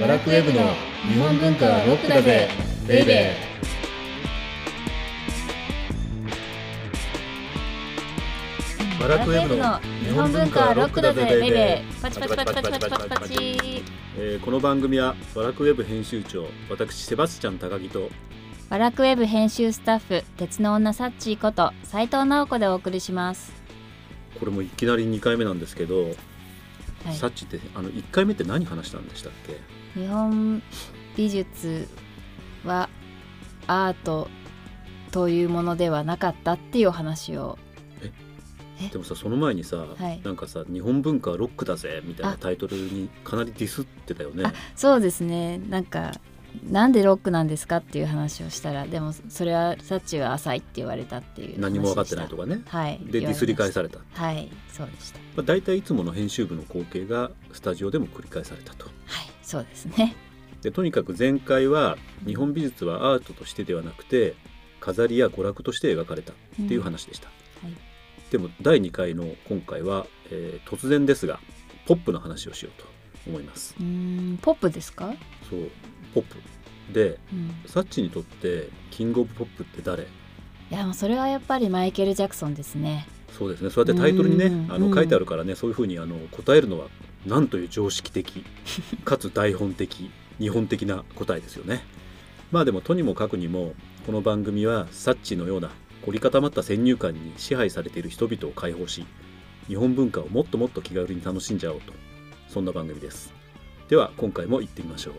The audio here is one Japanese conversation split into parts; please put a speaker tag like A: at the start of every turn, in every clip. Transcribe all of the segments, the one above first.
A: バラクウェブの日本文化はロックだぜベイベーバ
B: バ
A: ラ
B: ラ
A: ク
B: ク
A: ウ
B: ウ
A: ェ
B: ェ
A: ブ
B: ブ
A: の
B: の
A: 日
B: 日
A: 本
B: 本
A: 文
B: 文
A: 化
B: 化
A: は
B: は
A: ロ
B: ロ
A: ッ
B: ッ
A: ク
B: ク
A: だ
B: だ
A: ぜ
B: ぜ
A: ベ
B: ベ
A: イ
B: イ
A: ベ
B: ベ
A: ーパ
B: ーパ
A: チ
B: チ
A: パ
B: パ
A: チパ
B: チ
A: チ
B: パチ
A: パチパ
B: パチパ
A: チ
B: チ
A: パ
B: パ
A: チ
B: チ
A: えーこの番組はバラクウェブ編集長私セバスチャン高木と
B: バラクウェブ編集スタッフ鉄の女サッチーこと斉藤直子でお送りします
A: これもいきなり2回目なんですけど、
B: はい
A: サッチってあの1回目って何話したんでしたっけ
B: 日本美術はアートというものではなかったっていうお話を
A: でもさその前にさ、
B: はい
A: なんかさ「日本文化はロックだぜ」みたいな
B: あ
A: タイトルにかなりディスってたよね。
B: そうですねなんかなんでロックなんですかっていう話をしたらでもそれはサッチは浅いって言われたっていう
A: 何も分かってないと
B: か
A: かね。
B: はい
A: でデ
B: 言われま
A: ィ
B: した
A: スり返された。ま
B: はいそうでした
A: あ、大体いつもの編集部の光景がスタジオでも繰り返されたと。
B: はいそうですね
A: でとにかく前回は日本美術はアートとしてではなくて飾りや娯楽として描かれたっていう話でした。
B: うんはい
A: でも第2回の今回は、えー突然ですがポップの話をしようと思います。
B: うーんポップですか、
A: そうポップで
B: うん、
A: サッチにとってキングオブポップって誰
B: いやもうそれはやっぱりマイケル・ジャクソンですね
A: そうですね。そうやってタイトルにね、
B: うん
A: あ
B: う
A: の
B: ん
A: 書いてあるからね、そういうふうにあの答えるのはなんという常識 的かつ台本的日本的な答えですよね。まあでもとにもかくにもこの番組はサッチのような凝り固まった先入観に支配されている人々を解放し、日本文化をもっともっと気軽に楽しんじゃおうとそんな番組です。では今回も行ってみましょう。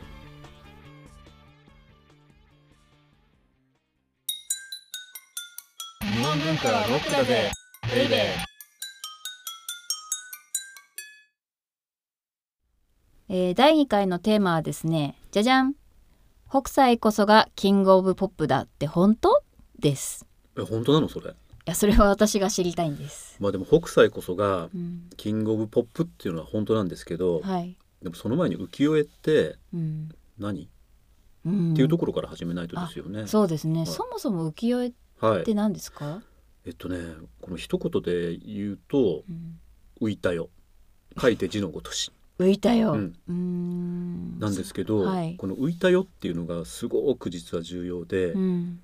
B: 日本文化はロックだぜベイベーえー第2回のテーマはですねじゃじゃん北斎こそがキングオブポップだって本当です
A: え本当なのそれ？
B: いやそれは私が知りたいんです、
A: まあでも北斎こそが
B: うん、
A: キングオブポップっていうのは本当なんですけど、
B: はい、
A: でもその前に浮世絵って
B: うん
A: 何？
B: うん、
A: っていうところから始めないとですよね。
B: そうですね、
A: い
B: そもそも浮世絵っ
A: はい
B: て。何ですか、
A: えっとね、この一言で言うと
B: うん
A: 浮いたよ。書いて字のごとし。
B: 浮いたよ、
A: う
B: うんーん
A: なんですけど、
B: はい
A: この浮いたよっていうのがすごく実は重要で、
B: うん、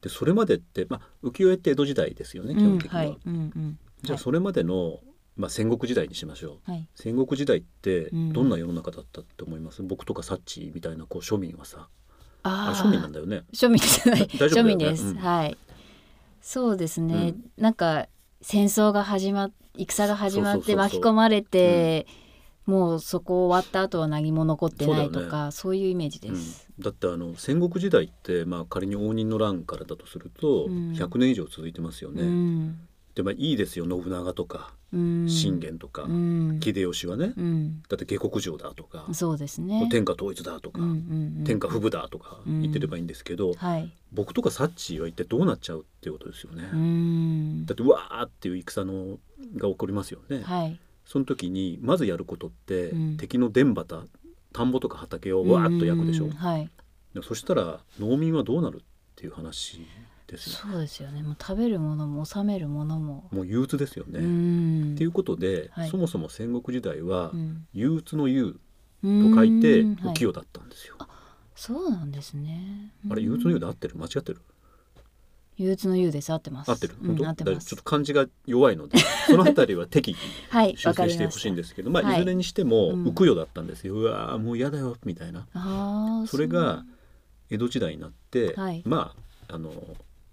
A: でそれまでってまあ浮世絵って江戸時代ですよね。基本的には。
B: うんはいうんうん、
A: じゃあ
B: はい
A: それまでのまあ戦国時代にしましょう。
B: はい、
A: 戦国時代って
B: うん
A: どんな世の中だったって思います？僕とかサッチーみたいなこう庶民はさ、あ
B: あー
A: 庶民なんだよね。
B: 庶民じゃない、
A: 大丈夫だよね
B: 庶民です、
A: うん
B: はいそうですね、なんか戦争が始まっ戦が始まっ
A: そうそうそうそ
B: て
A: う
B: 巻き込まれてもうそこ終わった後は何も残ってない
A: そう
B: と
A: だ
B: かそう,、いうイメージで
A: うん
B: す、
A: だってあの戦国時代って、まあ、仮に応仁の乱からだとすると
B: うん
A: 100年以上続いてますよ
B: う
A: ね。
B: ん
A: でまあいいですよ信長とか
B: うん
A: 信玄とか、
B: うん、
A: 秀吉はね、
B: うん
A: だって下克上だとか、
B: そうですね
A: 天下統一だとか、
B: うんうんうん
A: 天下不武だとか
B: うん
A: 言ってればいいんですけど、
B: はい
A: 僕とかサッチーは一体どうなっちゃうっていうことですよね。
B: うん
A: だってうわーっていう戦のが起こりますよね。
B: はい
A: その時にまずやることって、
B: うん
A: 敵の田畑田んぼとか畑をわーっと焼くでしょ。
B: うんうんうんはい
A: でそしたら農民はどうなるっていう話ですよ
B: そうですよねもう食べるものも収めるものも、
A: もう憂鬱ですよね。
B: う
A: っ
B: ん
A: ていうことで、
B: はい
A: そもそも戦国時代は
B: うん
A: 憂鬱の憂
B: と
A: と書いて
B: は
A: 浮
B: い、
A: 世だったんですよ。
B: そうなんですね
A: あれ憂鬱の憂で合ってる間違ってる
B: 憂鬱の憂です合ってます
A: 合ってる
B: う
A: 本
B: ん、
A: 当、
B: 合って
A: だか
B: ま
A: ら
B: す
A: ちょっと漢字が弱いの でそのあたりは適宜
B: はい
A: 修
B: わか
A: 正
B: り
A: して
B: ま
A: ほ
B: し
A: しいん
B: た
A: ですけどまあ
B: はい
A: いずれにしても
B: うん
A: 浮世だったんですよ。うわーもう嫌だよみたいな。
B: あー
A: それが江戸時代になって、
B: はい
A: まああの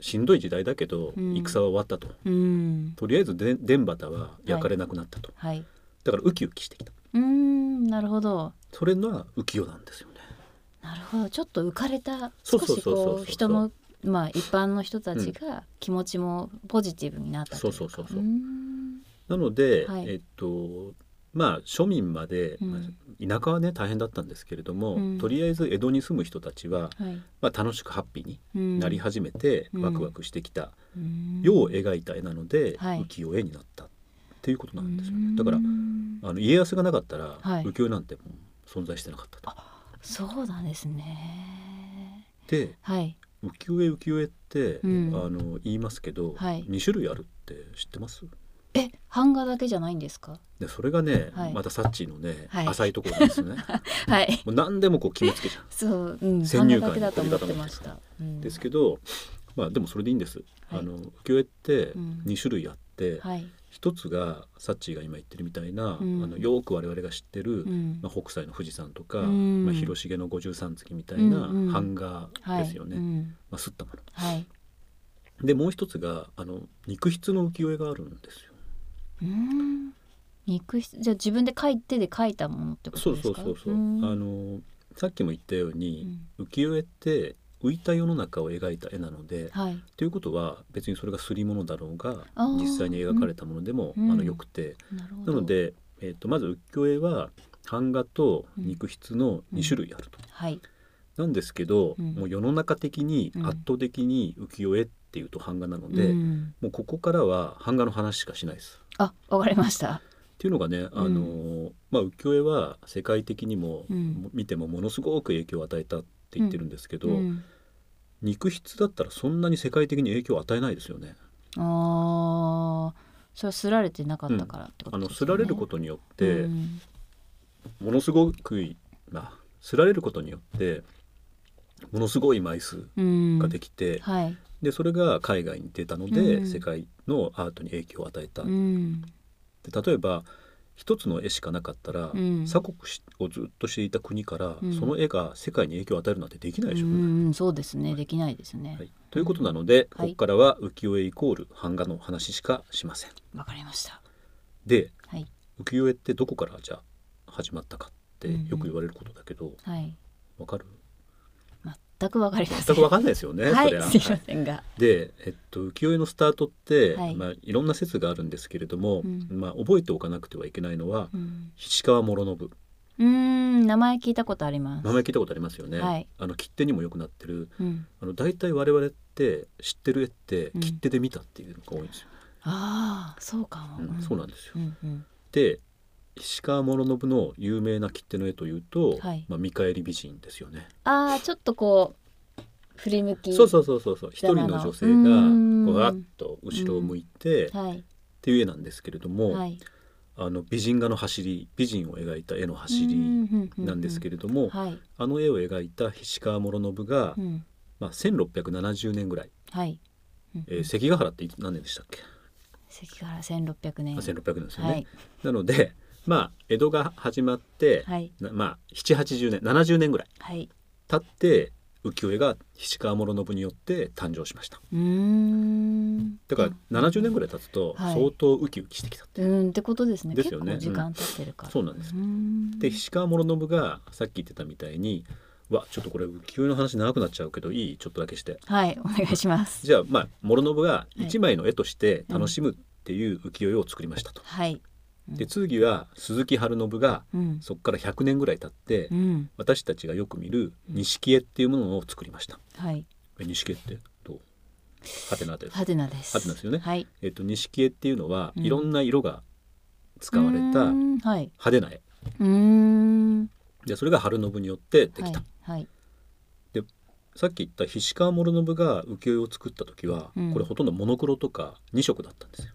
A: しんどい時代だけど、
B: うん
A: 戦は終わったと。
B: そううん
A: とりあえずで田畑は焼かれなくなったと。
B: はい
A: だからウキウキしてきた
B: うーんなるほど
A: それが浮世なんですよね
B: なるほどちょっと浮かれた
A: そ
B: 少
A: うそうそ
B: し
A: うそうそう
B: こう人のまあ一般の人たちが気持ちもポジティブになったといか
A: そうそうそうそう
B: うーん
A: なので、
B: はい
A: えっとまあ庶民まで、
B: うん
A: まあ田舎はね大変だったんですけれども、
B: うん
A: とりあえず江戸に住む人たちは、
B: はい
A: まあ、楽しくハッピーに
B: うん
A: なり始めて、
B: うん
A: ワクワクしてきた
B: うん
A: 世を描いた絵なので、
B: はい
A: 浮世絵になったっていうことなんですよ
B: う
A: ね
B: ん
A: だからあの家康がなかったら、
B: はい
A: 浮世絵なんてもう存在してなかったと。
B: そうなんですね
A: で
B: はい
A: 浮世絵浮世絵って、
B: うん
A: あの言いますけど、
B: はい
A: 2種類あるって知ってます
B: え版画だけじゃないんですか
A: でそれがね、
B: はい
A: またサッチーのね、
B: はい
A: 浅いところなんですよね
B: はい
A: もう何でもこう決めつけちゃ
B: そう、うん、
A: 先
B: 版
A: 入
B: 画
A: 観
B: だけだと思ってました、うん
A: うんですけどまあでもそれでいいんです、
B: はい
A: あの浮世絵って
B: うん
A: 2種類あって、
B: はい、
A: 一つがサッチーが今言ってるみたいな、
B: うん
A: あのよく我々が知ってる、
B: うん
A: まあ、北斎の富士山とか、
B: うん
A: まあ、広重の五十三月みたいな
B: うんうん
A: 版画
B: はい
A: ですよね、
B: うん
A: まあ、すったもの。
B: はい
A: でもう一つがあの肉筆の浮世絵があるんですよ。
B: うん肉質じゃあ自分で書いてで書いたものってこ
A: そ
B: と
A: う
B: で
A: そ
B: す
A: う
B: か
A: そうそう。
B: ん
A: あのさっきも言ったよう
B: う
A: に、
B: ん
A: 浮世絵って浮いた世の中を描いた絵なので、
B: はい
A: ということは別にそれがすり物だろうが
B: あー
A: 実際に描かれたものでも、
B: うん
A: あのよくて、
B: なるほ
A: な
B: ど
A: ので、えっとまず浮世絵は版画と肉筆の
B: うん
A: 2種類あると。
B: はい
A: なんですけど、
B: うん
A: もう世の中的に
B: うん
A: 圧倒的に浮世絵っていうと版画なので、
B: うん
A: もうここからは版画の話しかしないです。
B: あわかりました
A: っていうのがね、あのーまあ、浮世絵は世界的にも、
B: うん
A: 見てもものすごく影響を与えたって言ってるんですけど、
B: うん
A: 肉筆だったらそんなに世界的に影響を与えないですよね。
B: ああそれはすられてなかったからってこと
A: あ
B: で
A: の
B: すよね、
A: すられることによっ
B: う
A: て
B: ん
A: ものすごくいなすられることによってものすごい枚数
B: うん
A: ができて、
B: はい、
A: でそれが海外に出たので、
B: うん
A: 世界のアートに影響を与えた。
B: うん
A: で例えば一つの絵しかなかったら、
B: うん
A: 鎖国しをずっとしていた国から、
B: うん
A: その絵が世界に影響を与えるなんてできないでしょ
B: う
A: うね。
B: んうんそうですねできないですね
A: はい、ということなので、
B: はい
A: ここからは浮世絵イコール版画の話しかしません。
B: わ、かりました
A: で
B: はい
A: 浮世絵ってどこからじゃあ始まったかって
B: うんうん
A: よく言われることだけど、
B: はい
A: わかる
B: 全くわかりません
A: 全くわかんないですよね、
B: は
A: そりゃ
B: いすいませんが
A: で、えっと、浮世絵のスタートって、
B: はい
A: いまあ、いろんな説があるんですけれども、
B: うん
A: まあ、覚えておかなくてはいけないのは
B: うん
A: 菱川諸信
B: うーん名前聞いたことあります
A: 名前聞いたことありますよね、
B: はい
A: あの切手にもよくなってる
B: うん
A: あの大体我々って知ってる絵って
B: うん
A: 切手で見たっていうのが多いんですよ、
B: ああそうかも、
A: うんそうなんですよ、
B: うんうん
A: で菱川諸信の有名な切手の絵というと、
B: はい
A: まあ、見返り美人ですよね
B: ああちょっとこう振り向き
A: そうそうそうそうそう一人の女性が
B: うーん
A: こうわっと後ろを向いて、っ
B: はい
A: ていう絵なんですけれども、
B: はい
A: あの美人画の走り美人を描いた絵の走りなんですけ
B: れ
A: れども、
B: はい
A: あの絵を描いた菱川諸信が、
B: うん
A: まあ、1670年ぐらい、
B: はいうん
A: えー関ヶ原っていつ何年でしたっけ、
B: 関ヶ原千六百
A: あ
B: 年
A: 1600年ですよね、
B: はい
A: なのでまあ江戸が始まって、
B: はい
A: なまあ780年70年ぐらい
B: はい
A: 経って浮世絵が菱川諸信によって誕生しました
B: うーん
A: だから70年ぐらい経つと
B: はい
A: 相当ウキウキしてきたっていう、
B: うんってことですね
A: ですよね
B: 結構時間経ってるから、
A: そうなんです
B: うーん
A: で菱川諸信がさっき言ってたみたいにわちょっとこれ浮世絵の話長くなっちゃうけどいいちょっとだけして
B: はいお願いします
A: じゃあまあ諸信が一枚の絵として楽しむっていう浮世絵を作りましたと。
B: はいうん
A: で次は鈴木春信が
B: うん
A: そこから100年ぐらい経って
B: うん
A: 私たちがよく見る錦絵っていうものを作りました。
B: はい
A: え錦絵ってどうはてなで
B: ハテナです
A: ハテナですよね
B: はい
A: えっと錦絵っていうのは
B: うん
A: いろんな色が使われた
B: う
A: 派
B: ーんはい
A: 手な絵
B: うーん
A: でそれが春信によってできた。
B: はい、はい、
A: さっき言った菱川諸信が浮世絵を作った時は、
B: うん
A: これほとんどモノクロとか2色だったんですよ。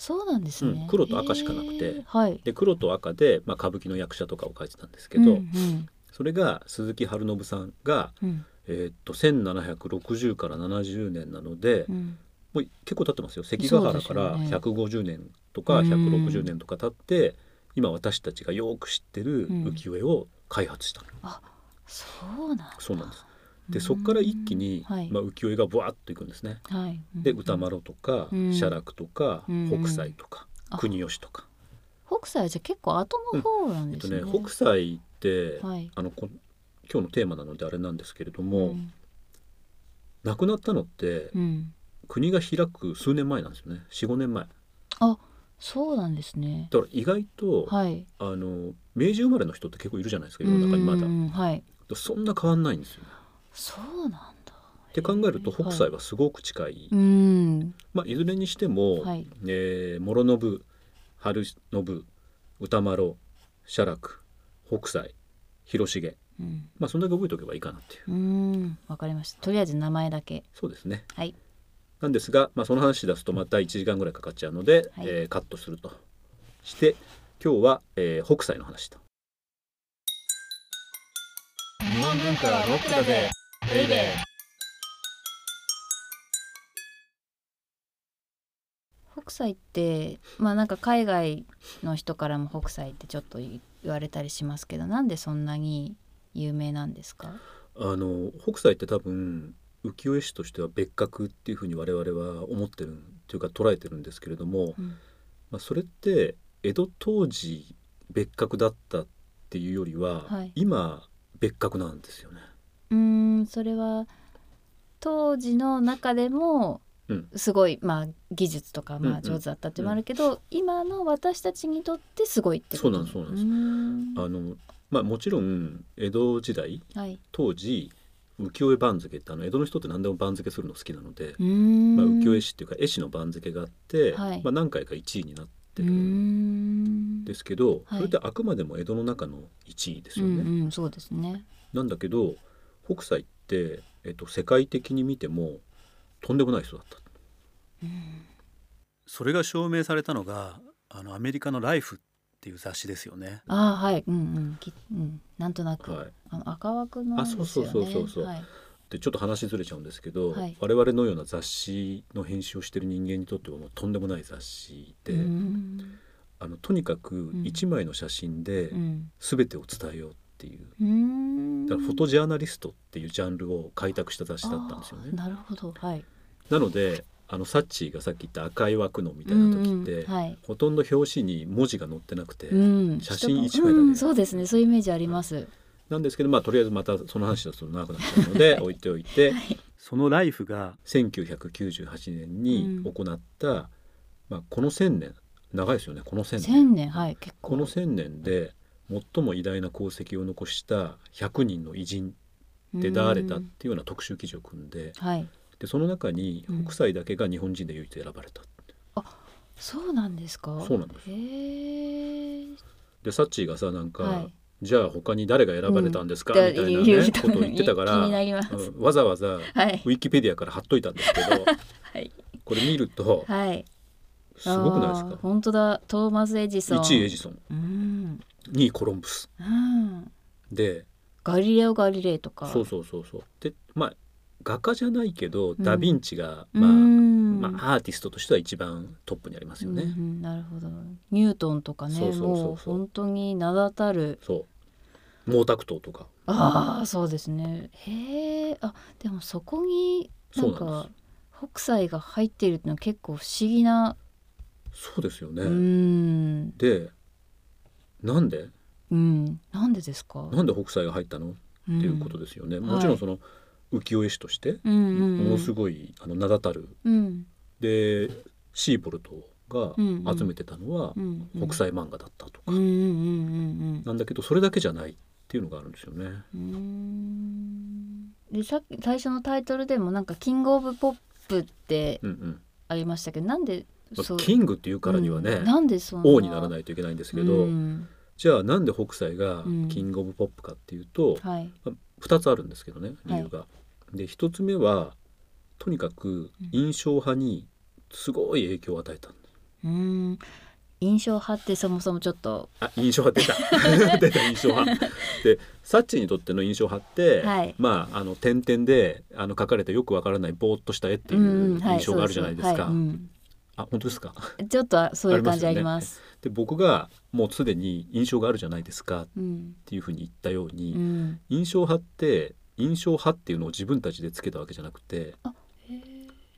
B: そうなんですね、
A: うん黒と赤しかなくて
B: へーはい
A: で黒と赤で、まあ、歌舞伎の役者とかを描いてたんですけど、
B: うんうん
A: それが鈴木春信さんが、
B: うん
A: えーっと1760から70年なので、
B: うん
A: もう結構経ってますよ関ヶ原から
B: そうですよね
A: 150年とか
B: うん
A: 160年とか経って、今私たちがよく知ってる浮世絵を開発した、
B: そうなんだ
A: そうなんです。でそこから一気に、
B: うんはい
A: まあ、浮世絵がブワーッといくんですね。
B: はい、
A: で
B: うん
A: 歌丸とか、
B: うん
A: 写楽とか、
B: うん
A: 北斎とか、
B: あ
A: 国吉とか、
B: 北斎はじゃあ結構後の方なん
A: えっ
B: で
A: と
B: す
A: ね
B: ね,、
A: 北斎って、
B: はい
A: あのこ今日のテーマなのであれなんですけれど
B: う
A: も、
B: ん
A: 亡くなったのって
B: うん、
A: 国が開く数年前なんですよね45年前だ
B: そうなんですね
A: から意外と、
B: はい
A: あの明治生まれの人って結構いるじゃないですか世の中にまだ、
B: うんうんはい
A: そんな変わんないんですよ、
B: そうなんだ
A: って考えると
B: へー
A: 北斎
B: はい、
A: はすごく近い、
B: うん
A: まあ、いずれにしても、
B: はい
A: えー諸信春信歌丸写楽北斎広重
B: うん
A: まあそんだけ覚えておけばいいかなっていう
B: うんわかりましたとりあえず名前だけ
A: そうですね
B: はい
A: なんですが、まあ、その話し出すとまた1時間ぐらいかかっちゃうので、
B: はい
A: えーカットするとして今日は、えー北斎の話と
B: 日本文化はロックだぜベイベー北斎ってまあなんか海外の人からも北斎ってちょっと言われたりしますけどなんでそんなに有名なんですか
A: あの北斎って多分浮世絵師としては別格っていうふうに我々は思ってるというか捉えてるんですけれども、
B: うん
A: まあ、それって江戸当時別格だったっていうよりは、
B: はい
A: 今別格なんですよね。
B: うーんそれは当時の中でも
A: うん
B: すごい、まあ技術とか
A: うん
B: ま
A: う
B: あ
A: ん
B: 上手だったっていうのもあるけど、今の私たちにとってすごいってこと
A: そうなんです
B: ん
A: あのまあ、もちろん江戸時代
B: はい
A: 当時浮世絵番付ってあの江戸の人って何でも番付するの好きなので、
B: うーん
A: まあ、浮世絵師っていうか絵師の番付があって、
B: はい
A: まあ、何回か1位になって
B: うー
A: るん
B: ん
A: ですけど、
B: はい
A: それってあくまでも江戸の中の1位です
B: う
A: よ
B: ん
A: ね。
B: うんそうですね
A: なんだけど北斎って、えっと、世界的に見てもとんでもない人だった。それが証明されたのがあのアメリカの「ライフっていう雑誌ですよね。
B: ああはいうんうんきうんなんとなく、
A: はい、
B: あの赤枠の
A: あそうそうそうそうそう
B: はい、
A: でちょっと話ずれちゃうんですけど、
B: はい
A: 我々のような雑誌の編集をしてる人間にとってはもうとんでもない雑誌で、
B: うーん
A: あのとにかく
B: ん
A: 1枚の写真で
B: うん
A: 全てを伝えようっていう、
B: うーん
A: だからフォトジャーナリストっていうジャンルを開拓した雑誌だったんですよ
B: あー
A: ね。
B: なるほどはい
A: なのであのサッチーがさっき言った赤い枠のみたいな時って、
B: うんうんはい
A: ほとんど表紙に文字が載ってなくて、
B: うん、
A: 写真
B: 一
A: 一枚だけ
B: うん、そうですねそういうイメージあります、
A: なんですけどまあとりあえずまたその話だと長くなっちゃうので置いておいて、そのライフが1998年に行った、まあ、この1,000年長いですよねこの1,000年
B: 千年はい結構
A: この1,000年で最も偉大な功績を残した100人の偉人って誰だ
B: う
A: っ
B: ん
A: ていうような特集記事を組んで
B: はい
A: でその中に
B: うん
A: 北斎だけが日本人で唯一選ばれた。
B: そうなんですか
A: そうなんです
B: へー
A: でサッチーがさなんか、
B: はい
A: じゃあ他に誰が選ばれたんですか、
B: うん
A: みたいな、
B: だ言う
A: ね、
B: と
A: ことを言ってたから
B: 気になります
A: うんわざわざ
B: はい
A: ウィキペディアから貼っといたんですけど
B: はい
A: これ見ると
B: はい
A: すごくない
B: あー
A: ですか
B: 本当だトーマスエジソン
A: 1位エジソン
B: うん、
A: 2位コロンブス
B: うん、
A: で
B: ガリレオ・ガリレイとか
A: そうそうそうそうでまあ画家じゃないけど
B: ん
A: ダ・ヴィンチが、
B: う
A: ま
B: ん
A: あ、まあアーティストとしては一番トップにありますよね。
B: うんうんなるほどニュートンとかね
A: そうそうそうそう
B: もう本当に名だたる
A: そう毛沢東とか
B: ああそうですねへえあでもそこにな
A: そ
B: ん
A: うなん
B: か北斎が入っているってのは結構不思議な、
A: そうですよね。
B: うん
A: でなんで
B: うんなんでですか
A: なんで北斎が入ったのっていうこと
B: で、
A: ですよね。
B: ん
A: もちろんその浮世絵師として、
B: うんうんうん、
A: ものす
B: い、
A: ごいあの名だたる
B: うん
A: でシーボルトが
B: うんうん
A: 集めてたのは
B: うんうん、
A: 北斎漫画だったとか、
B: うんうんうん
A: なんだけどそれだけじゃないっていうのがあるんですよね。
B: うんうんでさっき最初のタイトルでもなんか「キング・オブ・ポップ」って
A: うんうん
B: ありましたけどなんで
A: まあ
B: そう
A: キングっていうからにはね、
B: うんなんでそん
A: 王にならない
B: い
A: いといけないんです
B: で
A: けど、じゃあなんで北斎が
B: うん
A: キング・オブ・ポップかっていうと、
B: はい
A: まあ二2つあるんですけどね理由が。で1つ目はとにかく印象派にすごい影響を与えたんです
B: うん印象派ってそもそもちょっと
A: あ印象派出 た出た印象派でサッチーにとっての印象派って、
B: はい
A: まああの点々であの書かれたよくわからないぼーっとした絵ってい
B: ん
A: うん
B: はい
A: 印象があるじゃないです
B: そう
A: か
B: はいうん
A: あ本当ですか
B: ちょっとそういう感じあります
A: で僕がもうすでに印象があるじゃないですかっ
B: うん
A: ていうふうに言ったように、
B: うん
A: 印象派って印象派っていうのを自分たちでつけたわけじゃなくて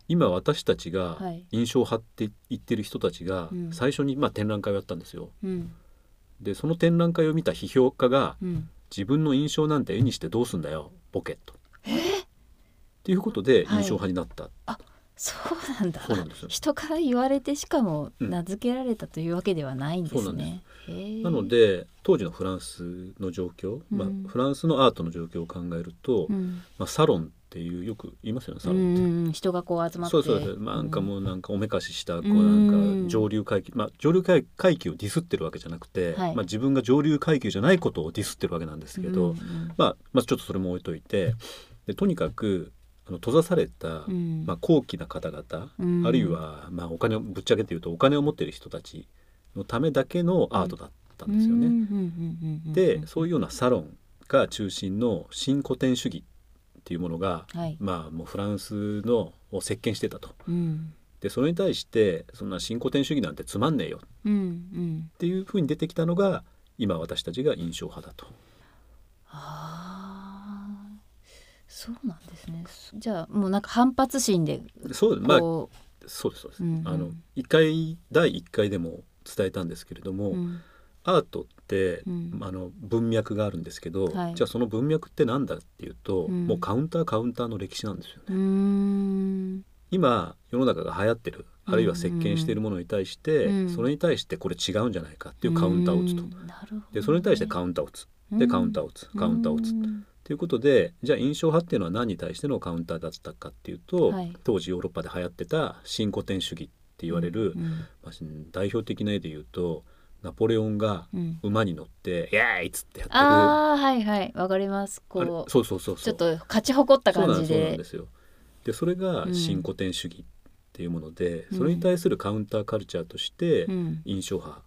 A: 今私たちが
B: はい
A: 印象派って言ってる人たちが
B: うん
A: 最初にまあ展覧会をやったんですよ。
B: うん
A: でその展覧会を見た批評家が
B: うん
A: 自分の印象なんて絵にしてどうすんだよボケと。っていうことで印象派になった、
B: そうなんだ
A: そうなんですよ
B: 人から言われてしかも
A: うん
B: 名付けられたというわけではないんで
A: そ
B: す
A: うなん
B: ね、へえ
A: なので当時のフランスの状況、まあ
B: うん、
A: フランスのアートの状況を考えると、
B: うん
A: まあ、サロンっていうよく言いますよねサ
B: う
A: ロ
B: ん
A: ンって。
B: うん人がこう集まって
A: そうそうそうまあなんかもうなんかおめかししたこうなん
B: ん
A: か上流階級まあ上流階階級をディスってるわけじゃなくて、
B: はい
A: まあ自分が上流階級じゃないことをディスってるわけなんですけど、
B: うんうん
A: まあまあちょっとそれも置いといてでとにかくあの閉ざされた、
B: うん
A: まあ、高貴な方々、
B: うん
A: あるいは、まあ、お金をぶっちゃけて言うとお金を持ってる人たちのためだけのアートだったんですよね。
B: うんうんうんうんうん
A: でそういうようなサロンが中心の新古典主義っていうものが、
B: はい、
A: まあ、もうフランスのを席巻してたと。
B: うん
A: でそれに対してそんな新古典主義なんてつまんねえよっ
B: うんうん、
A: ていうふうに出てきたのが今私たちが印象派だと。
B: あーそうなんですねそじゃあもうなんか反発心で
A: そうまあ
B: こ
A: そうですそうです。
B: うんうん
A: あの一回第1回でも伝えたんですけれども、
B: う、うん
A: アートって、
B: うん
A: あの文脈があるんですけど、
B: はい
A: じゃあその文脈ってなんだっていうと、
B: うん
A: もうカウンターカウンターの歴史なんですよね。
B: うーん
A: 今世の中が流行ってるあるいは席巻しているものに対して、
B: うん
A: それに対してこれ違うんじゃないかっていうカウンターを打つと。
B: うんなるほどね
A: でそれに対してカウンターを打つでカウンターを打つカウンターを打つということでじゃあ印象派っていうのは何に対してのカウンターだったかっていうと、
B: はい
A: 当時ヨーロッパで流行ってた新古典主義って言われる、
B: うんうん
A: まあ代表的な絵で言うとナポレオンが
B: うん
A: 馬に乗って「イエーイ!」っつってやってる
B: ああはいはいわかります
A: あれ
B: こう
A: そうそうそうそう
B: ちょっと勝ち誇った
A: そう
B: 感
A: なん
B: じ
A: そうなん
B: で
A: ですよでそれが
B: うん
A: 新古典主義っていうもので、
B: うん
A: それに対するカウンターカルチャーとして
B: うん
A: 印象派、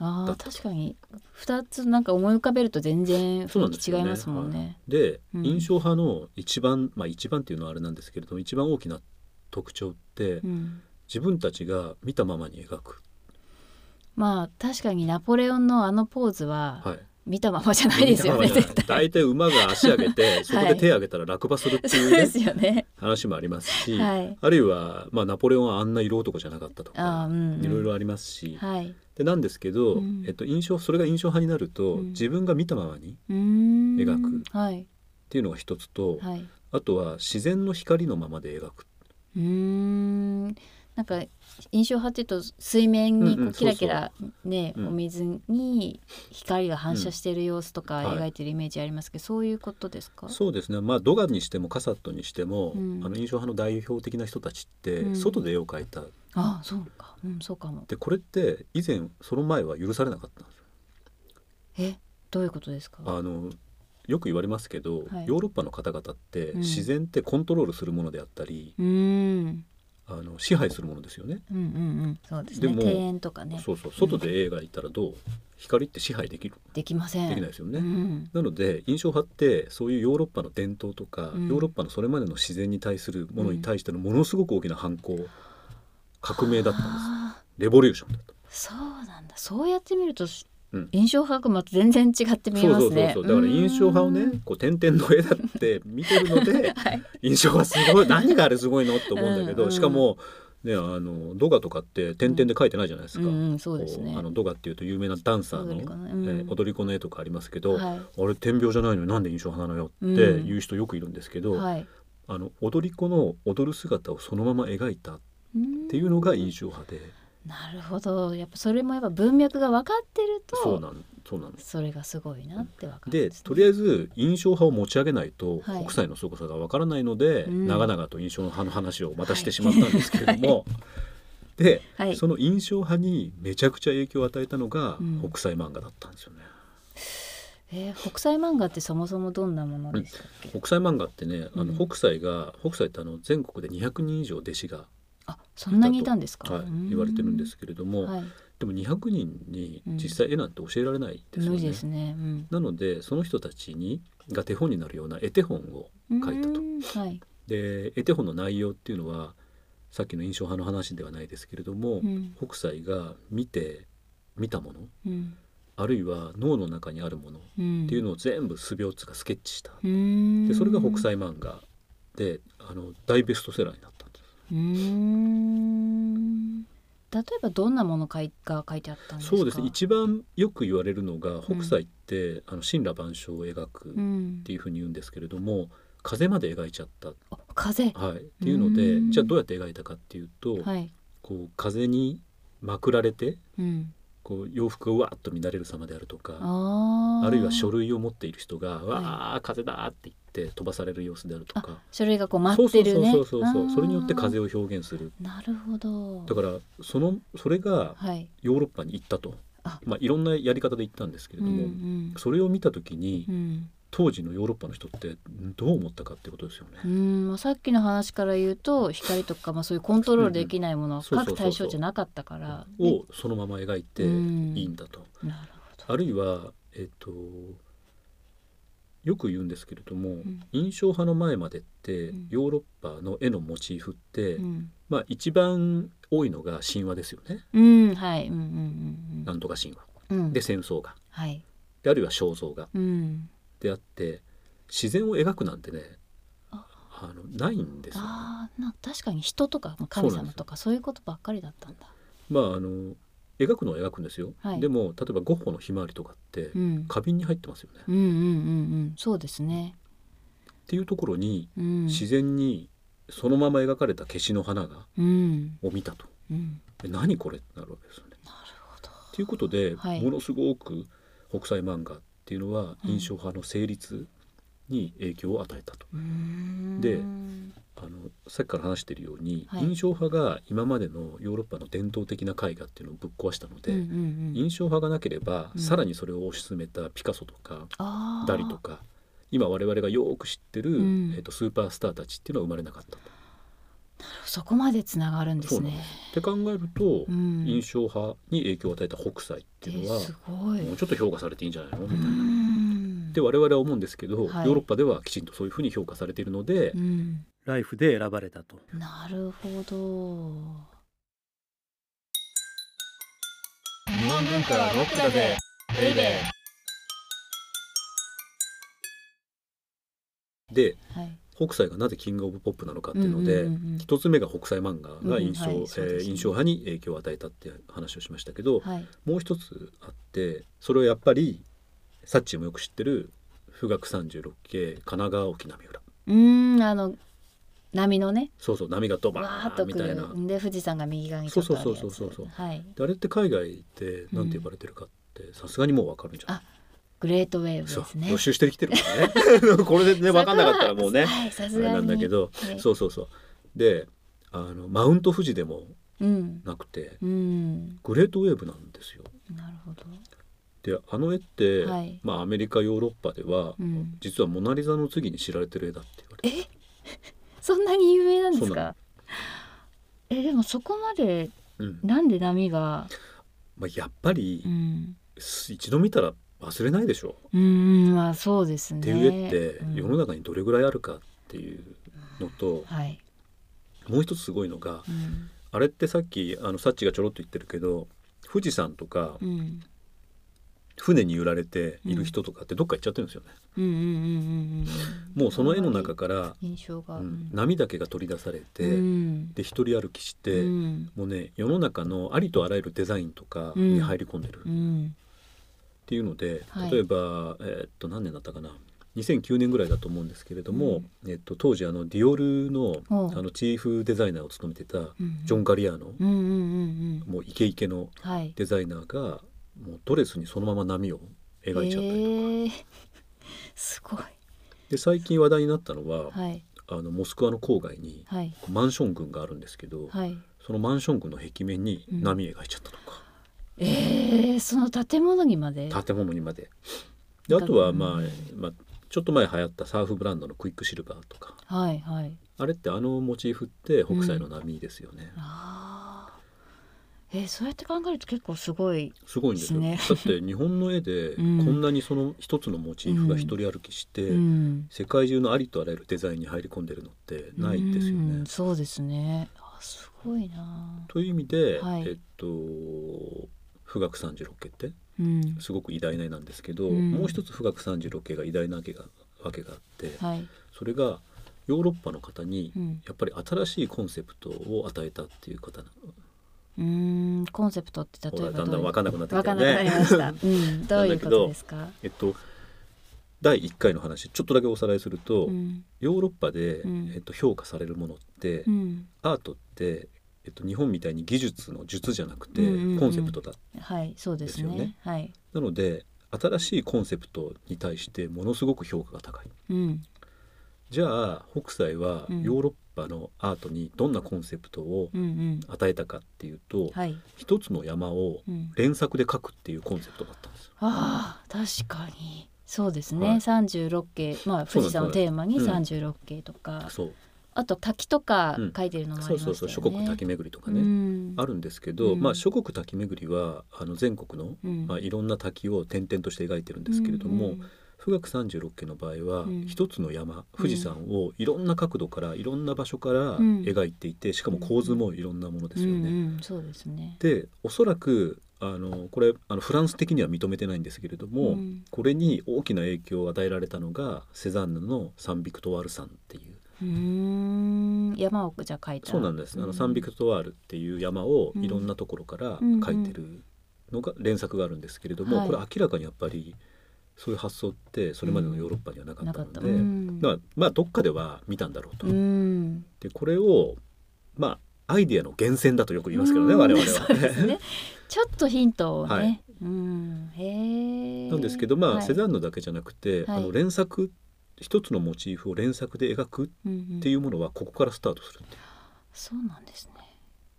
B: あ
A: だ
B: あ
A: った
B: 確かに二つなんか思い浮かべると全然
A: そうなん
B: 雰囲
A: です
B: 気
A: よ
B: 違
A: ね
B: いますもんね。
A: で、
B: うん
A: 印象派の一番まあ一番っていうのはあれなんですけれども一番大きな特徴って、
B: うん
A: 自分たちが見たままに描く、
B: まあ確かにナポレオンのあのポーズは
A: はい、
B: 見たままじゃないですよね
A: 見たままじゃ
B: 絶対。
A: ない大体馬が足上げてそこで手上げたら落馬するってい
B: そう
A: う,、ね
B: ですよね。
A: 話もありますし、
B: はい。
A: あるいは、まあ、ナポレオンはあんな色男じゃなかったと
B: あ
A: か
B: あうん、うん。
A: いろいろありますし、
B: はい。
A: でなんですけど、
B: うん
A: えっと、印象それが印象派になると、
B: うん
A: 自分が見たままにっ
B: うーん。
A: 描
B: く。はい。
A: ていうのが一つと、
B: はい。う
A: あとは自然の光のままで描く
B: ーん。なんか印象派っていうと水面に
A: うん
B: こ
A: うん
B: うキラキラね、
A: うん
B: お水に光が反射してる様子とか
A: うんはい
B: 描いてるイメージありますけど、そういうことですか？
A: そうですねまあドガにしてもカサットにしても、
B: うん
A: あの印象派の代表的な人たちって、
B: うん
A: 外で絵を描いた
B: ああ、そうか。うん、そうかも。
A: でこれって以前その前は許されなかったんですよ。
B: え、どういうことですか？
A: あのよく言われますけど、
B: はい
A: ヨーロッパの方々って、
B: うん
A: 自然ってコントロールするものであったり
B: うーん。
A: あの支配するものですよね。
B: うんうんうん。そうですね。
A: でも
B: 庭園とかね。
A: そうそう外で絵描いたらどう、光って支配できる
B: できません。
A: できないですよね。
B: うん。
A: なので印象派ってそういうヨーロッパの伝統とか、
B: うん
A: ヨーロッパのそれまでの自然に対するものに対してのものすごく大きな反抗革命だったんです
B: ああ、
A: レボリューションだった
B: そうなんだ。そうやってみると、
A: うん
B: 印象派がまた全然違って見えま
A: そうそう
B: すね。
A: そうそうだから印象派を
B: うーん
A: ね。こう点々の絵だって見てるので
B: はい。
A: 印象派すごい何があれすごいのって思うんだけど、
B: うんうん
A: しかもねあのドガとかって点々で描いてないじゃないです
B: う
A: か、
B: んうん、そうですね。
A: こうあのドガっていうと有名なダンサーの
B: 踊り子のうん
A: えー踊り子の絵とかありますけど、
B: は
A: あれ点描じゃないのになんで印象派なのよっていう人よくいるんですけ
B: い。
A: ど、
B: はい。
A: あの踊り子の踊る姿をそのまま描いたっ
B: って
A: いうのが印象派で、
B: なるほど。やっぱそれもやっぱ文脈が分かってると、
A: そうなんそうなんです。
B: それがすごいなって分かるん
A: で
B: ね
A: とりあえず印象派を持ち上げないと
B: はい
A: 北斎の凄さがわからないので、
B: うん
A: 長々と印象派の話をまたしてしまったんですけれども、 で、
B: はい
A: その印象派にめちゃくちゃ影響を与えたのが
B: うん
A: 北斎漫画だったんですよね。
B: えー北斎漫画ってそもそもどんなものでしたっけ？
A: 北斎漫画ってねあの
B: うん
A: 北斎が、北斎ってあの全国で200人以上弟子が、
B: あ、そんなにいたんですか？
A: は
B: う
A: い
B: ーん
A: 言われてるんですけれども、
B: はい。
A: でも200人に実際絵なんて教えられないですよ
B: 無
A: ね。
B: 理ですね。うん。
A: なのでその人たちにが手本になるような絵手本を書いたと。
B: うーんはい。
A: で絵手本の内容っていうのはさっきの印象派の話ではないですけれども、
B: うん
A: 北斎が見て見たもの
B: うん。
A: あるいは脳の中にあるものっ
B: って
A: いうのを全部素描つかスケッチした。
B: の
A: でそれが北。斎漫画であの大ベストセラーになったんです。
B: うーん例えばどんなものかいが書いてあったんですか。
A: そうですね一番よく言われるのが北斎って、あの神羅万象を描く
B: う
A: っ
B: ん
A: て。いうふうに言うんですけれども、風まで描いちゃった
B: あ風。
A: はい、っていうので
B: うん
A: じゃあどうやって描いたかっていうと、
B: はい。
A: こう風にまくられて
B: うん。
A: こう洋服がうわーっと乱れる様であるとか
B: あ
A: あ
B: あ。
A: るいは書類を持っている人が「
B: は
A: わ
B: い
A: あ、風だ!」って言って飛ばされる様子であるとか
B: 書類がこう待ってるね。
A: そうそうそうそうそうそれによって風
B: を。
A: を表現する
B: なるほど。
A: だからそのそれが
B: はい。
A: ヨーロッパに行ったと
B: あ
A: まあ、いろんなやり方で行ったんですけれ
B: う
A: ど
B: んう
A: も、
B: ん。
A: それを見た時に
B: うん。
A: 当時のヨーロッパの人ってどう思ったかってことですよね。
B: うんまあ、さっきの話から言うと光とか、まあ、そういうコントロールできないものは
A: うんうんそ
B: 各
A: うそうそうそう
B: 対象じゃなかったからね
A: をそのまま描いていいんだと。
B: なるほど
A: あるいは、えっと、よく言うんですけれども、
B: ん
A: 印象派の前までって、
B: うん
A: ヨーロッパの絵のモチーフって、
B: うん、
A: まあ一番多いのが神話ですよね、
B: うん、はいうん
A: なんとか神話。
B: うんうんうん
A: で戦争画
B: はい
A: であるいは肖像画
B: うん
A: であって自然を描くなんてね
B: あ
A: あのないんですよ、ね。
B: あーなんか確かに人とかまあ神様とかそういうことばっかりだったんだ
A: まああの描くのは描くんですよ、
B: はい
A: でも例えばゴッホの「ひまわり」とかって、
B: うん
A: 花瓶に入ってますよね、
B: うんうんうんうんそうですね、
A: っていうところに、
B: うん、
A: 自然にそのまま描かれた消しの花が
B: うん
A: を見たと
B: うん
A: で何これってなるわけですよね。
B: なるほど
A: ということで、
B: はい
A: ものすごく北斎漫画っていうのは
B: うん
A: 印象派の成立に影響を与えたと、
B: うーん
A: であのさっきから話しているように、
B: はい
A: 印象派が今までのヨーロッパの伝統的な絵画っていうのをぶっ壊したので、
B: うんうんうん
A: 印象派がなければ、
B: うん
A: さらにそれを推し進めたピカソとか
B: あー
A: ダリとか今我々がよく知ってる、
B: うん
A: えっとスーパースターたちっていうのは生まれなかったと。
B: そこまでつながるんで
A: そう
B: す
A: なん
B: ね
A: です。って考えると、
B: うん
A: 印象派に影響を与えた北斎っていうのは
B: えすごい。
A: もうちょっと評価されていいんじゃないのみた
B: う
A: いな。
B: ん
A: で我々は思うんですけど、
B: はい
A: ヨーロッパではきちんとそういうふうに評価されているので、
B: うん
A: ライフで選ばれたと。
B: なるほど。
A: 日本文化はロックだぜで
B: はい。
A: 北斎がなぜキング・オブ・ポップなのかっていうので、
B: うんうんうん
A: 一つ目が北斎漫画が印象、
B: うんはい
A: え
B: そうです
A: ー
B: ね
A: 印象派に影響を与えたって話をしましたけど、
B: うんはい。
A: もう一つあってそれはやっぱりサッチーもよく知ってる「富岳三十六景神奈川沖浪裏
B: うーんあの波のね」
A: そうそう波がド
B: わ
A: バ
B: ーっ
A: ーン
B: と
A: み
B: 来
A: たいな
B: るで富士山が右側にちょっとあるやつ。
A: そうそうそうそうそう
B: はい。
A: であれって海外って何て呼ばれてるかってさすがにもう分かるんじゃない、
B: グレートウェーブ
A: そう
B: ですね。
A: 予習してきてるからね これでね分かんなかったらもうね
B: はいさ
A: あ
B: す
A: れ
B: がに。
A: なんだけど、
B: はい
A: そうそうそうであのマウント富士でも
B: うん
A: なくて
B: うん
A: グレートウェーブなんですよ
B: なるほど。
A: であの絵って、
B: はい
A: まあ、アメリカヨーロッパでは、
B: うん
A: 実はモナ・リザの次に知られてる絵だって言われて
B: えそんなに有名なんです
A: そうな
B: かえでもそこまで
A: る、うん
B: なんで波が、
A: まあ、やっぱり、
B: うん、
A: 一度見たら忘れないでしょ
B: うーんまあそうですね。
A: っていう絵って世の
B: 中、
A: 中にどれぐらいあるかっていうのと、
B: はい、
A: もう一つすごいのが
B: うん
A: あれってさっきあのサッチがちょろっと言ってるけど富士山とか
B: うん、うん
A: 船に揺られている人とかってどっか行っちゃってるんですよね。
B: うんうんうんうん
A: もうその絵の中から、
B: 印象が、
A: うん波だけが取り出されて、
B: うん
A: で一人歩きして、
B: うん
A: もうね世の中のありとあらゆるデザインとかに入り込んでる
B: う
A: っ
B: ん
A: ていうので、
B: はい
A: 例えば、えーっと何年だったかな2009年ぐらいだと思うんですけれども、えっと、当時あのディオールの
B: おう
A: あのチーフデザイナーを務めてた
B: うん
A: ジョン・ガリアーノ、
B: うんうんうんうん
A: もうイケイケの
B: はい
A: デザイナーがもうドレスにそのまま波を描いちゃったりとか、
B: えーすごい
A: で最近話題になったのは、
B: はい
A: あのモスクワの郊外に
B: はい
A: こうマンション群があるんですけど、
B: はい
A: そのマンション群の壁面に波描いちゃったとか、
B: えー、その建物にまで
A: 建物にまで。であとは、まあまあ、ちょっと前流行ったサーフブランドのクイックシルバーとか
B: はいはい
A: あれってあのモチーフって北斎の波ですよね。
B: あーえーそうやって考えると結構すごい
A: すごいんですよ
B: です
A: だって日本の絵でこ
B: うん
A: んなにその一つのモチーフが一人歩きして、
B: うん
A: 世界中のありとあらゆるデザインに入り込んでるのってないですよね。
B: うんそうですねあすごいな
A: という意味で、
B: はい
A: えっと富岳三十六景って
B: うん
A: すごく偉大な絵なんですけど、
B: うん
A: もう一つ富岳三十六景が偉大なわけがわけがあって、
B: はい
A: それがヨーロッパの方に
B: うん
A: やっぱり新しいコンセプトを与えたっていう方な
B: うーんコンセプトって例
A: ほ
B: えば
A: らだん
B: ど
A: だ
B: う
A: ん
B: いう
A: 分かんなくなって
B: わ
A: き
B: か
A: た
B: んなくなりました、
A: ね。
B: うん、どういうことですか
A: えっと第1回の話ちょっとだけおさらいすると、
B: うん
A: ヨーロッパで、
B: うん
A: えっと、評価されるものって、
B: うん
A: アートって、えっと、日本みたいに技術の術じゃなくて
B: うんうんうん
A: コンセプトだ、
B: はいそうですね
A: ですよね
B: はい
A: なので新しいコンセプトに対してものすごく評価が高い
B: うん
A: じゃあ北斎は
B: うん
A: ヨーロッパのアートにどんなコンセプトを
B: うんうん
A: 与えたかっていうと、
B: はい、
A: 一つの山を
B: うん、
A: 連作で描くっていうコンセプトだったんですよ
B: あー確かにそうです
A: はい
B: ね、三十36景まあ
A: そう
B: 富
A: なんです
B: 士山をテーマに
A: うん
B: 36景とか、
A: そう
B: あと滝とか
A: うん
B: 書いてるのもあ
A: そ
B: り
A: う
B: ます
A: そう
B: よね、
A: そう諸国滝巡りとかね、
B: うん
A: あるんですけど、
B: うん
A: まあ諸国滝巡りはあの全国の、
B: うん
A: まあ、いろんな滝を点々として描いてるんですけれども、
B: うん
A: 富岳三十六景の場合は
B: うん
A: 一、つの山富士山をいろんな角度からいろんな場所から
B: うん
A: 描いていて、しかも構図もいろんなものですよね。
B: うんうんそうですね。
A: でおそらくあのこれあのフランス的には認めてないんですけれども、
B: うん
A: これに大きな影響を与えられたのがセザンヌの「サンビクトワール山」っていう
B: うーん山をじゃあ書いた
A: そうなんです、あのサンビクトワールっていう山をいろんなところから
B: うん
A: 描いてるのが連作があるんですけれども、
B: はい
A: これ明らかにやっぱりそういう発想ってそれまでのヨーロッパにはなかっ
B: な
A: た
B: か
A: の
B: った
A: で、
B: うん
A: だからまあどっかでは見たんだろうと。
B: うん
A: でこれをまあアイデアの源泉だとよく言いますけどね
B: うん
A: 我々
B: そ
A: は
B: う。で すね。ちょっとヒントをね。
A: はい
B: うん。へえ。
A: なんですけどまあ、
B: はい
A: セザンヌだけじゃなくて、
B: はい
A: あの連作一つのモチーフを連作で描く
B: うんう
A: っ
B: ん
A: ていうものはここからスタートするっていう
B: そうなんですね。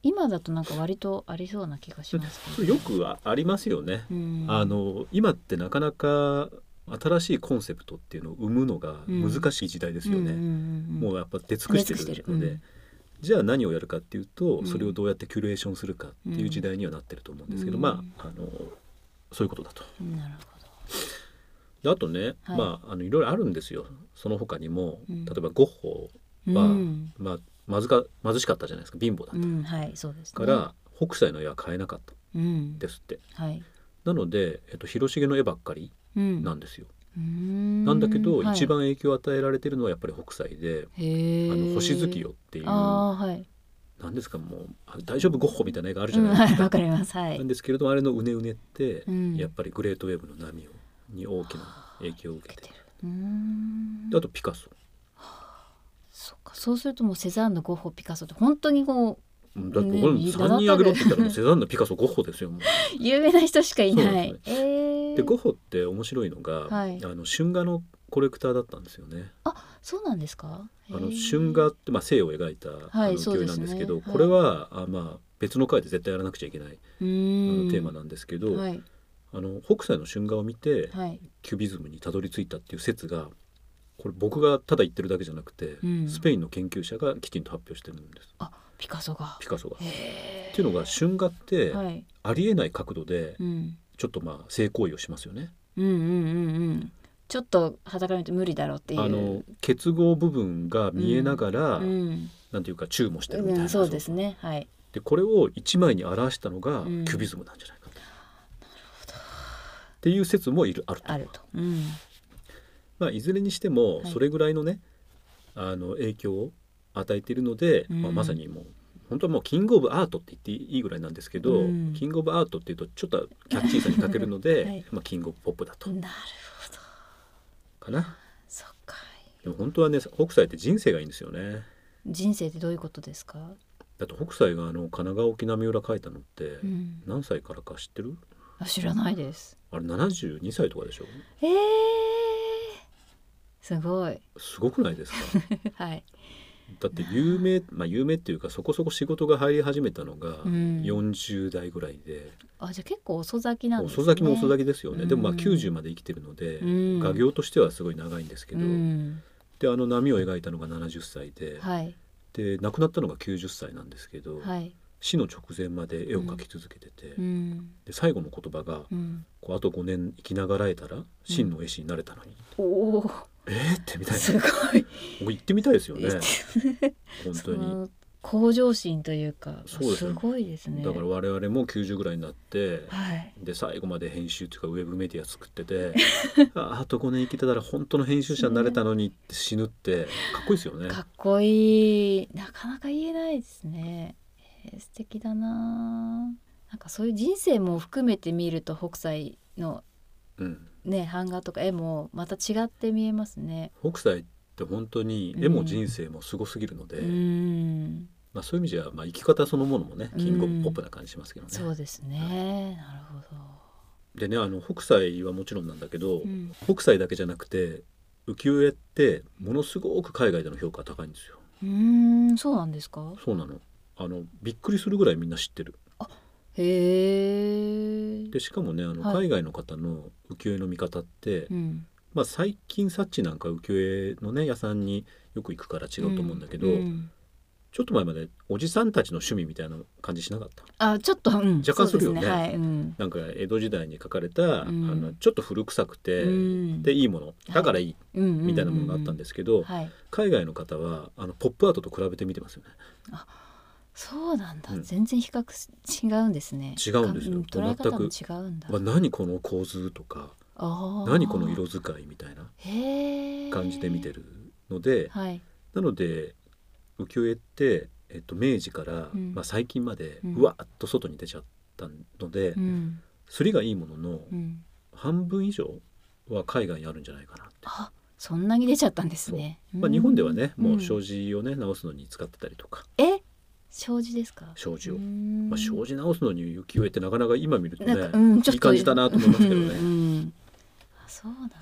B: 今だとなんか割とありそうな気がします
A: それよくはありますよね。
B: うん
A: あの今ってなかなか新しいコンセプトっていうのを生むのが難しい時代ですよね。
B: うんうんうん
A: もうやっぱ出尽くして
B: 出尽く
A: る
B: してる
A: ので、
B: うん
A: じゃあ何をやるかっていうと、
B: うん
A: それをどうやってキュレーションするかっていう時代にはなってると思うんですけど、
B: うん
A: まああのそういうことだと。
B: うんなるほど。
A: であとね、
B: はい
A: まああのいろいろあるんですよその他にも、
B: うん
A: 例えばゴッホ、まあ
B: うん、
A: まあ、貧か貧しかったじゃないですか貧乏だった、
B: うん、はい、そうです、ね。
A: から、北斎の絵は買えなかった
B: うん、
A: ですって
B: はい。
A: なので、えっと、広重の絵ばっかり
B: うん、
A: なんですよ、
B: うん
A: なんだけど、
B: はい
A: 一番影響を与えられてるのはやっぱり北斎で「あ
B: へえ。
A: の星月夜」っていうな
B: ああ、はい。
A: んですかもうあ大丈夫ゴッホみたいな絵があるじ
B: う
A: ゃ
B: ん、
A: ないで
B: はい、
A: すか、
B: わかります。はい
A: なん。ですけれどもあれのうねうねって、
B: うん
A: やっぱりグレートウェーブの波をに大きな影響を受けて
B: うん
A: であとピカソ
B: そうか、そうするともうセザンヌ、ゴッホ、ピカソって本当にこう
A: うんだって
B: ね
A: これ
B: い
A: 3
B: い
A: 人
B: 名だ
A: あ
B: った
A: げ
B: ね
A: ろって言ったら もうセザンヌピカソゴッホですよもう
B: 有名な人しかいない。
A: そうなん
B: ええ
A: でゴッホって面白いのが、
B: はい
A: あの春画のコレクターだったんですよね。
B: あ、そうなんですか。
A: あの
B: へー
A: 春画ってまあ西洋を描いた、
B: い
A: あの
B: そう
A: 教
B: で
A: な
B: す
A: ん
B: ね
A: ですけど、
B: はい
A: これはあまあ別の回で絶対やらなくちゃいけない、
B: う
A: あ
B: ん
A: のテーマなんですけど、
B: はい
A: あの北斎の春画を見て、
B: はい。
A: キュビズムにたどり着いたっていう説がこれ僕がただ言ってるだけじゃなくて、
B: うん
A: スペインの研究者がきちんと発表してるんです
B: あ、ピカソが。
A: ピカソが。
B: へ
A: っていうのが春画って、
B: ーはい。
A: ありえない角度で
B: うん。
A: ちょっとまあ性行為をしますよね。
B: うんうんうんうん。ちょっと裸から見ると無理だろうっていう。
A: あの結合部分が見えながら、
B: うん、
A: なんていうかチューもしてるみたいな、
B: うん、そうですね。はい。
A: でこれを一枚に表したのがキ
B: うん
A: ュビズムなんじゃないかと、っていう説もいるあると
B: あると。うん。
A: まあ、いずれにしても
B: はい
A: それぐらいのね、あの影響を与えているので、
B: うん
A: まあ、まさにもう本当はもうキングオブアートって言っていいぐらいなんですけど、
B: うん
A: キングオブアートっていうとちょっとキャッチーさに欠けるので、
B: はい
A: まあ、キングオブポップだと
B: なるほど。
A: かな。
B: そっか。
A: でも本当はね北斎って人生がいいんですよね。
B: 人生ってどういうことですか。
A: だって北斎があの神奈川沖浪裏描いたのって
B: うん。
A: 何歳からか知ってる
B: あ、知らないです。
A: あれ72歳とかでしょ
B: ええすごい。
A: すごくないですか
B: はい。
A: だって有名まあ有名っていうかそこそこ仕事が入り始めたのが
B: うん
A: 40代ぐらいで、
B: あ、じゃあ結構遅咲きなんです、ね。
A: 遅咲きも遅咲きですよね、
B: うん
A: でもまあ90まで生きてるので、
B: うん
A: 画業としてはすごい長いんですけど、
B: うん。
A: であの波を描いたのが70歳で、
B: はい。
A: で亡くなったのが90歳なんですけど、
B: はい。
A: 死の直前まで絵を描き続けてて、
B: うん。
A: で最後の言葉が、
B: うん。
A: こうあと5年生きながらえたら真の絵師になれたのに、
B: おお。
A: えーってみたい
B: す
A: な
B: ごい。
A: 僕行ってみたいですよね
B: いいで
A: 本
B: そ
A: 当に
B: の向上心というか、
A: そうですね
B: すごいですね。
A: だから我々も90ぐらいになって
B: はい。
A: で最後まで編集というかウェブメディア作って てああと5年生きてたら本当の編集者になれたのにって死ぬってかっこいいですよね
B: かっこいい。なかなか言えないですね。えー素敵だな。なんかそういう人生も含めて見ると北斎の
A: うん、
B: ね版画とか絵もまた違って見えますね。
A: 北斎って本当に絵も人生もすごすぎるので、
B: うん。
A: まあ、そういう意味じゃ、まあ、生き方そのものもねキングオブポップな感じしますけどね。
B: そうですね。なるほど。
A: でねあの北斎はもちろんなんだけど、
B: うん
A: 北斎だけじゃなくて浮世絵ってものすごく海外での評価が高いんですよ。
B: うーん、そうなんですか。
A: そうなのあのびっくりするぐらいみんな知ってる
B: へえ。
A: でしかもねあの
B: はい
A: 海外の方の浮世絵の見方って、
B: うん。
A: まあ、最近サッチなんか浮世絵のね屋さんによく行くから違うと思うんだけど、
B: うん
A: ちょっと前までおじさんたちの趣味みたいな感じしなかった
B: あちょっと、うん、
A: 若干するよね
B: そうですはいうん
A: なんか江戸時代に書かれた、
B: うん
A: あのちょっと古臭くて、
B: うん
A: でいいものだからいい
B: うんうんうんうん
A: みたいなものがあったんですけど、
B: はい
A: 海外の方はあのポップアートと比べて見てますよね。
B: そうなんだ、
A: うん
B: 全然比較す違うんですね
A: 違うんですよ
B: か捉え方も
A: 全
B: 違うんだ
A: わ何この構図とか
B: あー
A: 何この色使いみたいな
B: へー
A: 感じで見てるので、
B: はい
A: なので浮世絵って、えっと、明治から、
B: うん
A: まあ、最近まで
B: うん
A: うわっと外に出ちゃったので、
B: うん
A: すりがいいものの
B: うん
A: 半分以上は海外にあるんじゃないかなって。
B: あそんなに出ちゃったんですね、
A: まあ、
B: うん
A: 日本ではね、もう障
B: ん
A: 子をね直すのに使ってたりとか
B: え障子ですか
A: 障子を、
B: ん
A: まあ、障子直すのに浮世絵ってなかなか今見るとね
B: なんか、うん、ちょっと
A: いい感じだなと思いますけどね
B: うんうんあそうなんだ、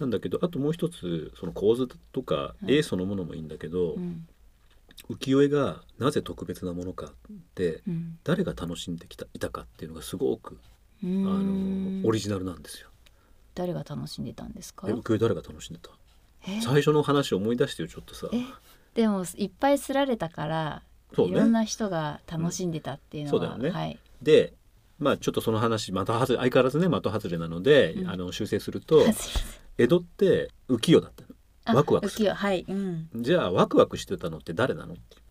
A: なんだけどあともう一つその構図とか
B: はい
A: 絵そのものもいいんだけど、
B: うん
A: 浮世絵がなぜ特別なものかって
B: うん
A: 誰が楽しんできたいたかっていうのがすごくあ
B: あ
A: のオリジナルなんですよ。
B: 誰が楽しんでたんですか
A: え浮世絵誰が楽しんでた
B: え
A: 最初の話思い出してよちょっとさ
B: えでもいっぱいすられたから、
A: そう
B: いろん
A: ね
B: な人が楽しんでたっていうの
A: うん
B: は、
A: そうだよね
B: はい、
A: でまあちょっとその話また外れ相変わらずね的外れなので、
B: うん
A: あの修正する と
B: す
A: 江戸って浮世だった
B: あ
A: ワクワクする
B: 浮世はい、うん、
A: のじゃあワクワクしてたのって誰なのっていう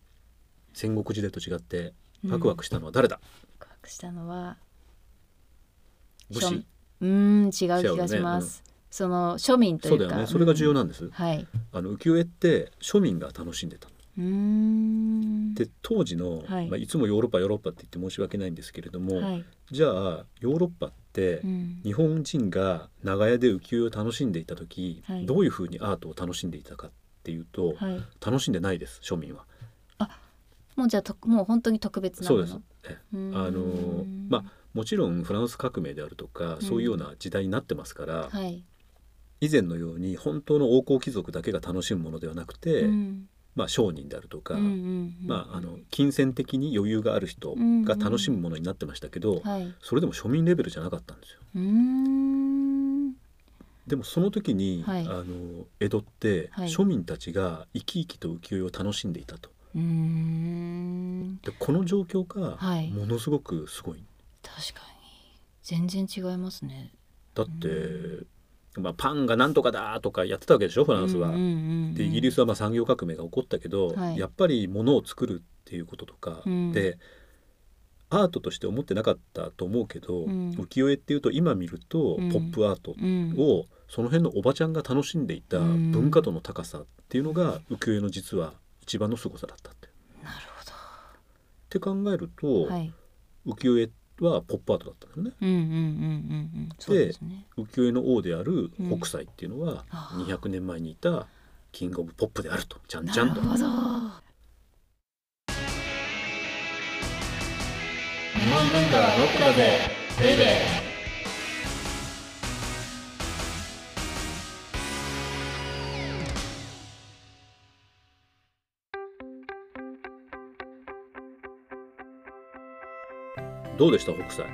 A: 戦国時代と違ってワクワク
B: し,、
A: したのは誰だ、
B: ワクワクしたのは
A: 武士
B: 庶民うーん違う気がします、その庶民とい
A: そううだ
B: か
A: よねそれが重要なんです、
B: うんはい
A: あの浮世絵って庶民が楽しんでたの
B: うーん
A: で当時の、
B: はいい
A: まあ、いつもヨーロッパヨーロッパって言って申し訳ないんですけれども、
B: はい、
A: じゃあヨーロッパって
B: うん
A: 日本人が長屋で浮世絵を楽しんでいた時、
B: はい
A: どういうふうにアートを楽しんでいたかっていうと、
B: はい、
A: 楽しんでないです庶民は。
B: もうじゃあともう本当に特別な
A: そ
B: も
A: う
B: の
A: ですえ
B: うーん
A: あのまあもちろんフランス革命であるとか
B: ん
A: そういうような時代になってますから、
B: はい、
A: 以前のように本当の王侯貴族だけが楽しむものではなくて、
B: うん
A: まあ、商人であるとか、
B: うんうんうん
A: まあ、あの金銭的に余裕がある人が楽しむものになってましたけど、
B: はい、う
A: それでも庶民レベルじゃなかったんですよ。
B: ーん
A: でもその時に、
B: はい
A: あの江戸って
B: はい
A: 庶民たちが生き生きと浮世絵を楽しんでいたと。
B: うーん
A: でこの状況が
B: はい
A: ものすごくすごい、
B: 確かに全然違いますね
A: だって、
B: う
A: まあ、パンがなんとかだとかやってたわけでしょフランスは。
B: うんうんうんうん
A: でイギリスはまあ産業革命が起こったけど、
B: はい
A: やっぱり物を作るっていうこととか、
B: うん
A: でアートとして思ってなかったと思うけど、
B: うん
A: 浮世絵っていうと今見ると
B: うん
A: ポップアート
B: うん
A: をその辺のおばちゃんが楽しんでいた
B: うん
A: 文化度の高さっていうのが浮世絵の実は一番の凄さだったって。っ
B: なるほ
A: て考えると、
B: どはい
A: 浮世絵はポップアートだったのね。
B: うんうんうんうんうんそうですね
A: 浮世絵の王である北斎っていうのは
B: うん
A: 200年前にいたキングオブポップであるとちゃん
B: な
A: ちゃ
B: る
A: んと。
B: ほど
A: 日本文化はロックだぜベイベーどうでした北斎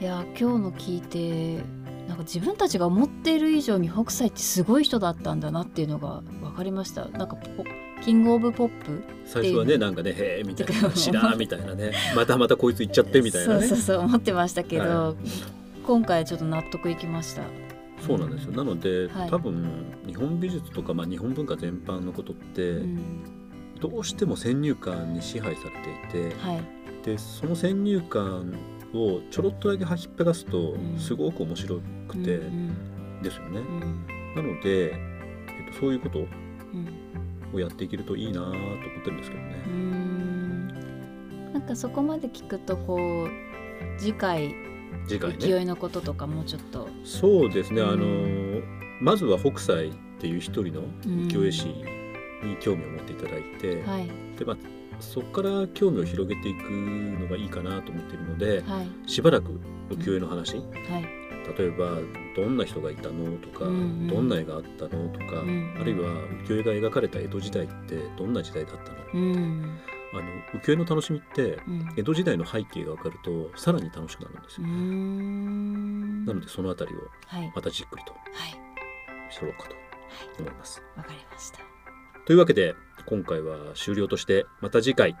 B: いや今日の聞いてなんか自分たちが思っている以上に北斎ってすごい人だったんだなっていうのが分かりましたなんかポキングオブポップ
A: 最初はね
B: っていう
A: なんかね「へえ」みたい
B: て か
A: な「知ら」みたいなね「またまたこいつ行っちゃって」みたいなね
B: そうそうそう思ってましたけど、
A: は
B: 今回ちょっと納得いきました
A: そうなんですよなので、
B: はい
A: 多分日本美術とか、まあ、日本文化全般のことって、
B: うん
A: どうしても先入観に支配されていて、
B: はい
A: でその先入観をちょろっとだけ引っぺがすと
B: うん
A: すごく面白くて
B: うん
A: ですよね
B: う。んうん
A: なので、えっと、そういうこと
B: うん
A: をやっていけるといいなと思ってるんですけど
B: うー
A: ね。
B: んなんかそこまで聞くとこう次回
A: 次回
B: 勢
A: ね。
B: いのこととかもうちょっと、
A: そうですね、
B: うん
A: あのまずは北斎っていう一人の浮世絵師に興味を持っていただいて、
B: はい
A: でまあ、そこから興味を広げていくのがいいかなと思っているので、
B: はい
A: しばらく浮世絵の話、
B: はい
A: 例えばどんな人がいたのとか、
B: うんうん
A: どんな絵があったのとか、
B: うん
A: あるいは浮世絵が描かれた江戸時代ってどんな時代だったの,、
B: うん
A: あの浮世絵の楽しみって
B: うん
A: 江戸時代の背景が分かるとさらに楽しくなるんです
B: うー
A: よ、
B: ん
A: なのでそのあたりを
B: はいはい
A: またじっくりとしとろうかと思います。
B: わかりました。
A: というわけで今回は終了としてまた次回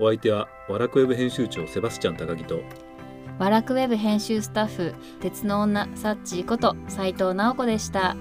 A: お相手はワラクウェブ編集長セバスチャン高木と
B: ワラクウェブ編集スタッフ鉄の女サッチーこと斉藤直子でした。